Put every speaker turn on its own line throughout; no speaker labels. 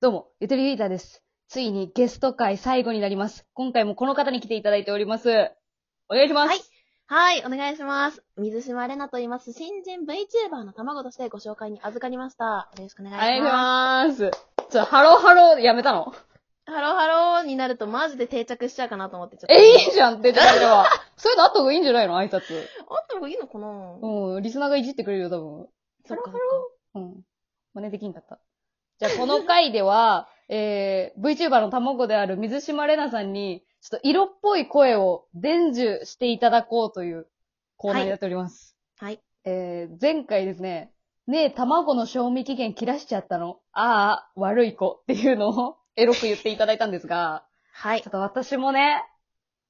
どうも、ゆとりリーダーです。ついにゲスト会最後になります。今回もこの方に来ていただいております。お願いします。
はいはい、お願いします。水島れなと言います。新人 VTuber の卵としてご紹介に預かりました。よろしくお願
お
い
願い
し
し
ま
ます。ちょ、ハローハローやめたの
す。ハローハローになるとマジで定着しちゃうかなと思ってちょっと。
え、いいじゃんって言ってたは。そういうのあった方がいいんじゃないの挨拶。
あった方がいいのかな
うん、リスナーがいじってくれるよ、多
そっかそっか。
分。うん。真似できんかった。じゃあ、この回では、えー、VTuber の卵である水島玲奈さんに、ちょっと色っぽい声を伝授していただこうというコーナーになっております。
はい。
えー、前回ですね、ねえ、卵の賞味期限切らしちゃったのああ、悪い子っていうのをエロく言っていただいたんですが、
はい
ちょ。っと私もね、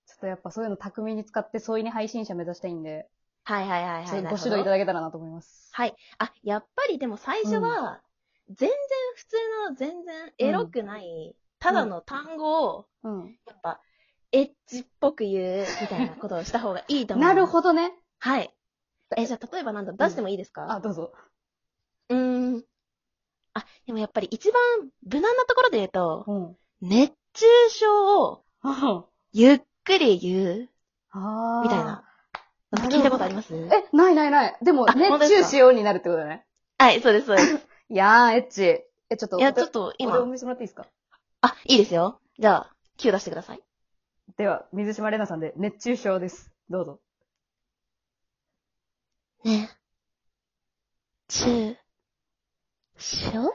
ちょっとやっぱそういうの巧みに使って添いに配信者目指したいんで、
はいはいはいはい。
ちょっと
な
ご
る
指
ほど
導いただけたらなと思います。
はい。あ、やっぱりでも最初は、全然普通の全然エロくない、ただの単語を、
うん。
やっぱ、エッジっぽく言う、みたいなことをした方がいいと思う。
なる
ど。
ほどね。
はい。え、じゃあ例えばなんだ、出してもいいですか、
あ、どうぞ。
うーん。あ、でもやっぱり一番無難なところで言うと、
うん。
熱中症を
あ
ゆっくり言
あ
う、
ー
みたいな。
なるほど
聞いたことあります
え、ないないない。でも、
あ本当で
熱
すか
中しようになるってことだね。
はい、そうです、そうです。
いやー、エッチ。え、ちょっと、
いや、ちょっ
と、
と
お手本
今、
見せてもらっていいですか
あ、いいですよ。じゃあ、Q 出してください。
では、水島玲奈さんで、熱中症です。どうぞ。
ね。中、 しょ耐えられ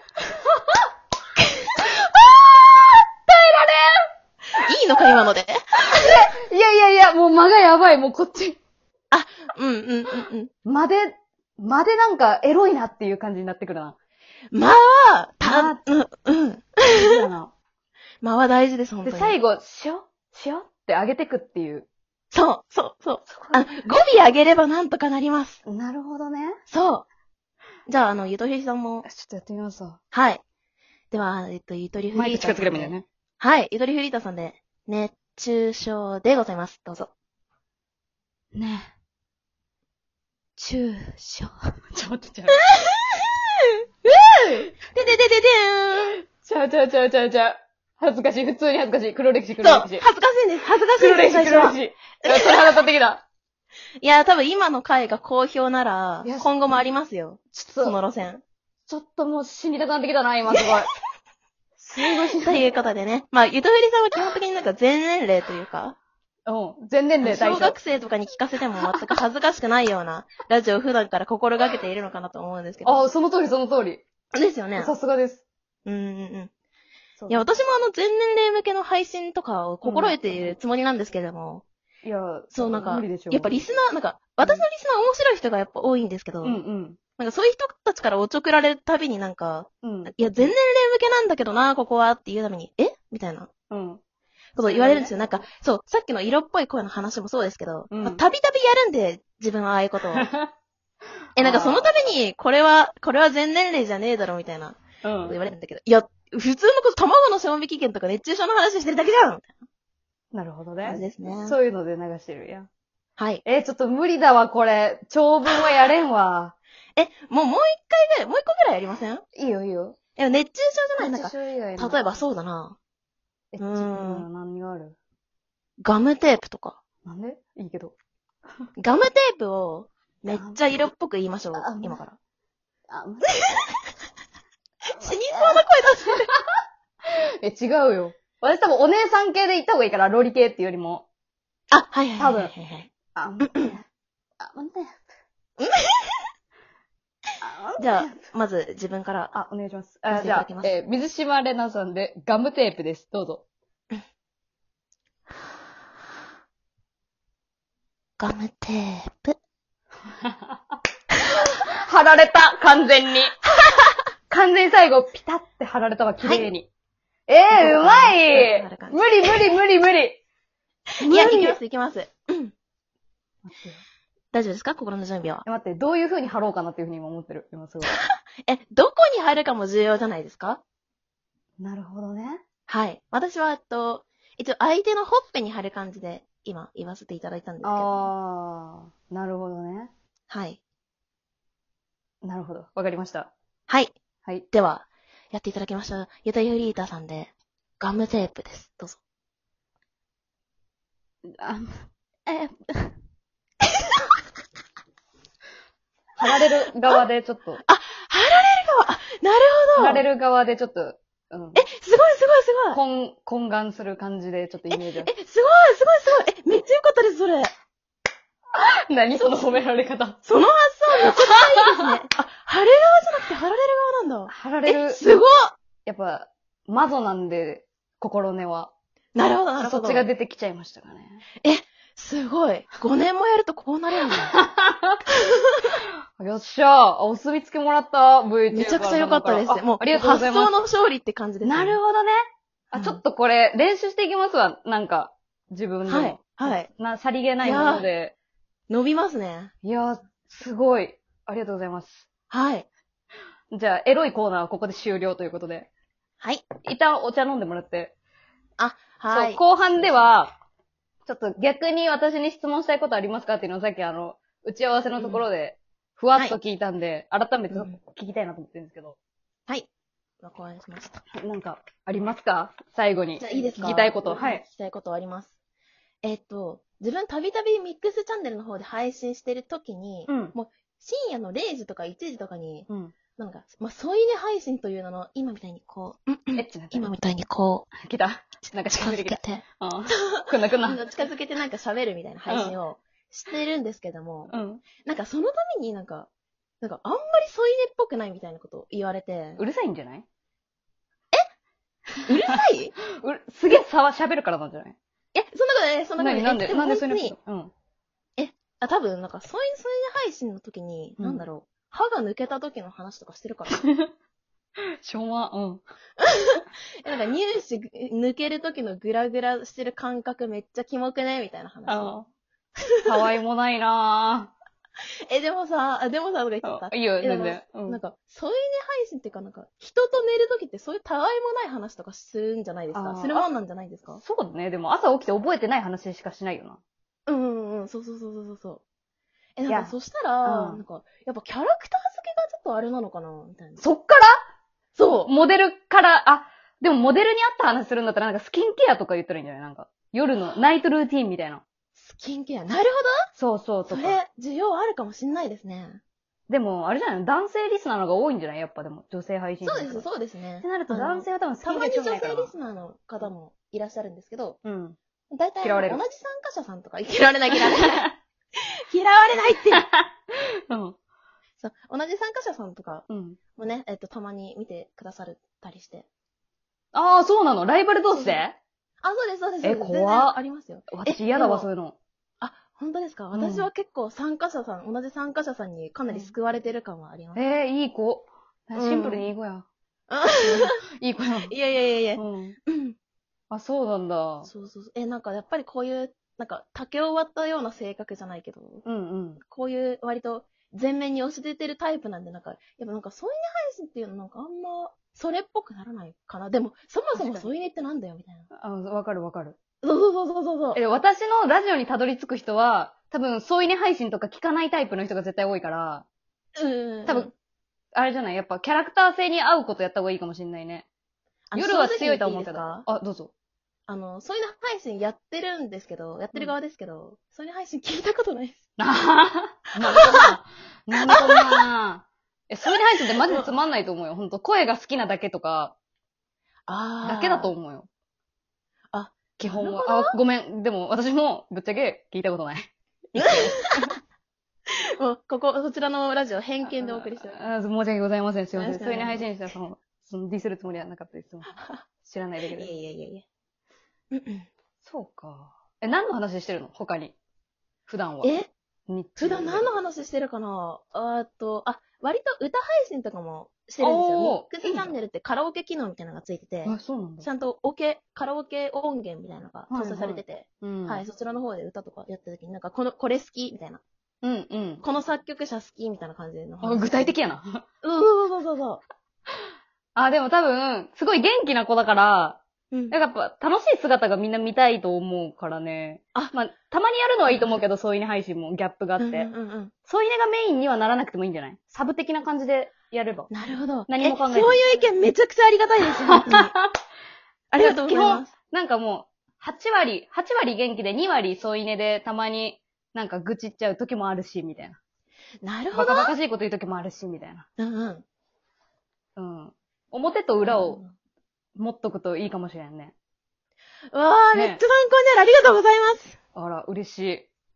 んいいのか、今ので。
いやいやいや、もう間がやばい、もうこっち。
うん、うん、うん、うん。
間で、間でなんかエロいなっていう感じになってくる な。
まあ、た、うん、うん。
そうだな
まあは大事です、本当
で、
に。
最後、しよ、しよって上げてくっていう。
そう、そう、そう。
そこ
あの、語尾上げればなんとかなります。
なるほどね。
そう。じゃあ、あの、ゆとりさんも
ちょ。っとやってみますわ。
はい。では、えっと、ゆとりフ
マイ
リ
ク
ータ
近
ー
づけ
さん
ればい
で。
いんだよね。
はい。ゆとりフリーターさんで、熱中症でございます。どうぞ。
ねえ。
中症。
ちょ、ちょ、ちょ。
ででででで
ちゃうちゃうちゃうちゃうちゃう。恥ずかしい。普通に恥ずかしい。黒歴史、
ーん
黒
そう。
歴
恥
史。
ずかしいんです。恥ずかしい
黒
んで
歴史、
す。最初
黒
は
歴史。いや、それ腹立ってきた。
いや、多分今の回が好評ない
や
ら、今後もありますよ。
ち
そ
ょっ
の
と、
路線。
ちょっともう死にたくなってきたな、今すごい。すごい死に
ということでね。まあ、ゆとりさんは基本的になんか全年齢というか。
うん。全年齢対
小
象。
学生とかに聞かせ ても全く恥ずかしくないようなラジオを普段から心がけているのかなと思うんですけ
あ
ど。
あ、その通り、その通り。
ですよね。
さすがです。
うんうんうん。い
い
や、
や、
私もあの、全年齢向けの配信とかを心得ているつもりなんですけれども、
いや、
そうなんか
無理でしょ、う
やっぱリスナー、なんか、私のリスナー面白い人がやっぱ多いんですけど、
うんうん。
なんかそういう人たちからおちょくられるたびになんか、
うん。
いや、全年齢向けなんだけどな、ここはっていうために、えみたいな。
うん。
こと言われるんですよ。なんか、そう、さっきの色っぽい声の話もそうですけど、た
うん
びたびやるんで、自分はああいうことを。え、なんかそのために、これは、これは全年齢じゃねえだろ、みたいな、
う
言
ん。
われるんだけど、いや、普通のこと、卵の賞味期限とか熱中症の話してるだけじゃんみたい
なるほど
な感じ
ね。
ですね。
そういうので流してるやん。
はい。
えー、ちょっと無理だわ、これ。長文はやれんわ。
え、もう、もう一回ぐらい、もう一個ぐらいやりません
いいよ、いいよ。
え、熱中症じゃない、なんか、例えば
う。
そうだな。
え、ちょっと今何がある
ガムテープとか。
なんでいいけど。
ガムテープを、めっちゃ色っぽく言いましょう
あ、
今から。
あ、ま
死にそうな声出してる。
え、違うよ。私多分お姉さん系で行った方がいいから、ロリ系っていうよりも。
あ、はいはいはいはいはい。
あ、待って。あ、待って。あ待って
じゃあ、まず自分から。
あ、お願いします。
見
あ
せて
じ
いた
ゃ
だき
あ
ま、す
えー水島玲奈さんでガムテープです。どうぞ。
ガムテープ。
貼られた完全に完全に最後、ピタって貼られたわ、綺麗に。ええー、うま
なる
い
感じ
無理無理無理無理
いや、
無
い
理
きます、いきます。
待ってよ
大丈夫ですか心の準備は。
待って、どういう風に貼ろうかなっていう風に今思ってる。今すごい。
え、どこに貼るかも重要じゃないですか
なるほどね。
はい。私は、えっと、一応相手のほっぺに貼る感じで、今、言わせていただいたんですけど。
あー、なるほどね。
はい。
なるほど。わかりました。
はい。
はい。
では、やっていただきました、ゆたゆりーたさんで、ガムテープです。どうぞ。
あ
え、
貼られる側でちょっと、
なるほ
貼
ど
られる側でちょっと、うん。
え、すごいすごいすごい
懇、懇願する感じでちょっとイメージ
え、すごいすごいすごいえ、めっちゃ良かったです、それ。
何その褒められ方。
その発 想めっちゃいいですね。あ、貼る側じゃなくて貼られる側なんだ。
貼られる
え、、すごい
やっぱ、マゾなんで、心根は。
なるほど、なる
そ
ほ
っ
ど。
ちが出てきちゃいましたかね。
すごい。5年もやるとこうな れるんだ。
よっしゃーあお墨付きもらった、VTuber
めちゃくちゃ良かったです
さん
ね。
ら
もう、
ありがとうございま
発
す
想。の勝利って感じです、ね。
なるほどね。あ、
うん
ちょっとこれ、練習していきますわ。なんか、自分でも。
はい。はい。
な、さりげないもので。
伸びますね。
いやー、すごい。ありがとうございます。
はい。
じゃあ、エロいコーナーはここで終了ということで。
はい。
一旦お茶飲んでもらって。
あ、は
そう
い。
後半では、ちょっと逆に私に質問したいことありますかっていうのをさっきあの、打ち合わせのところで、ふわっと聞いたんで、改めてちょっと聞きたいなと思ってるんですけど、
はい。わかりました。
なんか、ありますか最後に。
じゃあいいですか
聞きたいこと。は
聞
い。
きたいことあります。えっと、自分たびたびミックスチャンネルの方で配信してる時に、
うん。
深夜の0時とか1時とかに、
うん。
なんか、まあ、添い寝配信という名の、今みたいにこう、うん
エッチな。
今みたいにこう、
来た。なんか近
近
づい
づ
てき
け
た。
て、
うん。来んな来ん
あ
な。
の近づけてなんか喋るみたいな配信をしてるんですけども、
うん。
なんかそのためになんか、なんかあんまり添い寝っぽくないみたいなことを言われて、
うるさいんじゃないう
るさい
うるすげえさわ喋るからなんじゃない
え、そんなことない、そんなこと
何
ない。
なんで
えも
なんでそれ
本当に
に。うん。
あ、多分、なんか、そういう、そういう配信の時に、
うん
なんだろう、歯が抜けた時の話とかして るから。
昭和、うん。
えなんか、乳歯抜ける時のグラグラしてる感覚めっちゃキモくねみたいな話。
あの、たわいもないな
え、でもさ、あでもさ、とか言って
ぁ。
た
あ。いいよ、
え
全
で
然。
も
うん
なんか、そういう配信っていうか、なんか、人と寝る時ってそういうたわいもない話とかするんじゃないです
あ
か
ー
するもんなんじゃないですか
そうだね。でも朝起きて覚えてない話しかしないよな。
うんうんうん、そうそうそうそうそうそう。え、
い
なん
や
か、そしたら、
うん
なんか、やっぱキャラクター付けがちょっとあれなのかなみたいな。
そっから
そう
モデルから、あ、でもモデルに合った話するんだったらなんかスキンケアとか言ったらいいんじゃないなんか。夜のナイトルーティーンみたいな。
スキンケア。なるほど
そうそうと
そ
か。
れ、需要あるかもしんないですね。
でも、あれじゃない男性リスナーの方が多いんじゃないやっぱでも、女性配信者
そう
より
です、そうですね
って。なると
あの
男性は多分スキ
た
ン
ま
ケア
に
興味
女
ないからな
性リスナーの方もいらっしゃるんですけど、
うん。
大体
嫌われ
同じ
る
参加者さんとか、嫌われない、嫌われ ない。 嫌われないっていう。
うん。
そう、同じ参加者さんとか
うん。
もね、えっと、たまに見てくださったりして。
ああ、そうなのライバル同士で
あ、そうです、そうです。
え
全
怖
然
っ
ありますよ。
私嫌だわ、
でも
そういうの。
あ、本当ですか
うん
私は結構参加者さん、同じ参加者さんにかなり救われてる感はあります。
ええいい子。
うん
シンプルにいい子や。いい子や。
いやいやいやいや。
うん。
うん
あ、そうなんだ。
そうそうそう。え、なんかやっぱりこういう、なんか竹を割ったような性格じゃないけど、
うんうん。
こういう割と前面に押し出てるタイプなんで、なんか、やっぱなんか添い寝配信っていうのなんかあんま、それっぽくならないかな。でも、そもそも
確かに
添い寝ってなんだよ、みたいな。
あわかるわかる。
そうそうそうそうそう。
え、私のラジオにたどり着く人は、多分、添い寝配信とか聞かないタイプの人が絶対多いから、
うんうん。
多分、あれじゃないやっぱキャラクター性に合うことやった方がいいかもしんないね。
あの
夜は強いとは思うけ
正
ど。
直言っていいですか
あ、どうぞ。
あの、添い寝配信やってるんですけど、やってる側ですけど、添い寝配信聞いたことないです。
なあなんとな。 なんとな。え、添い寝配信ってマジでつまんないと思うよ。ほんと、声が好きなだけとか、
あ
だけだと思うよ。
あ、
基本
なる
は。あ、ごめん。でも、私も、ぶっちゃけ、聞いたことない。
もう、ここ、そちらのラジオ、偏見でお送りしてます。
ああ申し訳ございません。すいません。
申し
それ
訳
に
ない
配信者さんを、その、ディスるつもりはなかったです。すいません知らないだけ
いや
で。
いやいやいや。うんうん
そうか。え、何の話してるの他に。普段は。
え
日中
普段何の話してるかなあーっと、あ、割と歌配信とかもしてるんですよ
お。ー
ミックスチャンネルってカラオケ機能みたいなのがついてて、
あ、そうなん
ち
だ。
ゃんとオケ、カラオケ音源みたいなのが
はい
搭載されてて、
うん。
はい、そちらの方で歌とかやった時に、なんか、この、これ好きみたいな。
うんうん。
この作曲者好きみたいな感じの
あ
話。
具体的や な。
うん。そうそうそうそうそう。
あ、でも多分、すごい元気な子だから、
うん
なんかやっぱ楽しい姿がみんな見たいと思うからね。
あ
まあ、たまにやるのはいいと思うけど、添い寝配信もギャップがあって。
うんうんうん
添い寝がメインにはならなくてもいいんじゃないサブ的な感じでやれば。
なるほど。
何も考え
え
ず
そういう意見めちゃくちゃありがたいですよ、本当に ありがとうございます。
なんかもう、8割、8割元気で2割添い寝でたまになんか愚痴っちゃう時もあるし、みたいな。
なるほ
バ
ど。
カバカしいこと言う時もあるし、みたいな。
うんうん。
うん。表と裏を。持っとくといいかもしれんね。
うわー、
ね
めっちゃ参考になる。ありがとうございます。
あら、嬉し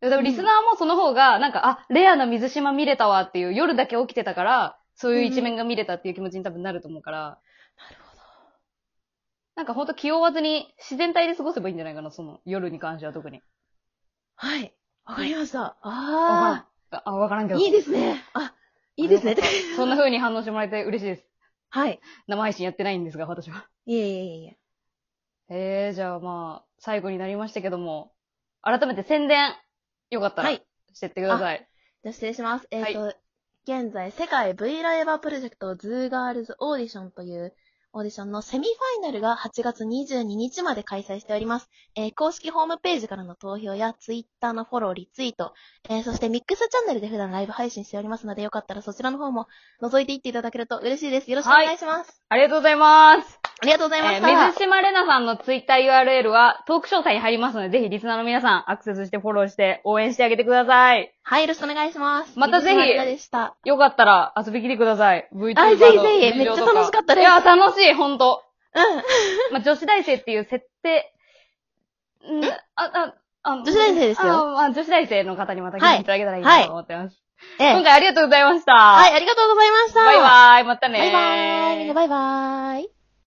い。でもリスナーもその方が、なんか、あ、レアな水島見れたわっていう、夜だけ起きてたから、そういう一面が見れたっていう気持ちに多分なると思うから、
なるほど。
なんかほんと気負わずに自然体で過ごせばいいんじゃないかな、その夜に関しては特に。
はい。わかりました。
わ
あ
からんあ、わからんけ
ー。
ど。
いいですね。あ、いいですね。
そんな風に反応してもらえて嬉しいです。
はい。
生配信やってないんですが、私は。
いえいえいえいえ。
えー、じゃあまあ、最後になりましたけども、改めて宣伝、よかった
は
ら
い。
してってください。
じゃあ失礼します。えっ、と、現在、世界 V ライバープロジェクトズーガールズオーディションというオーディションのセミファイナルが8月22日まで開催しております。えー公式ホームページからの投票やツイッターのフォロー、リツイート、えーそしてミックスチャンネルで普段ライブ配信しておりますので、よかったらそちらの方も覗いていっていただけると嬉しいです。よろしくお願いします。
ありがとうございます。
ありがとうございま
え
し
ー
た。
水島玲奈さんのツイッター URL はトーク詳細に入りますので、ぜひリスナーの皆さんアクセスしてフォローして応援してあげてください。
はい、よろしくお願いします。
またぜひ
水島りなでした。
よかったら遊びに来てください。VTuber の
あぜひぜひ
劇場と
めっちゃ楽しかったです
いや、楽しい、ほんと。
うん。
まあ、女子大生っていう設定、んあ、あ、あ、
女子大生ですよ
あまあ、女子大生の方にまた聞いていただけたらいい
はい
なと思ってます。
え
今回ありがとうございました。
はい、ありがとうございました。
バイバーイ、またねー
バイバーイ。みんなバイバーイ。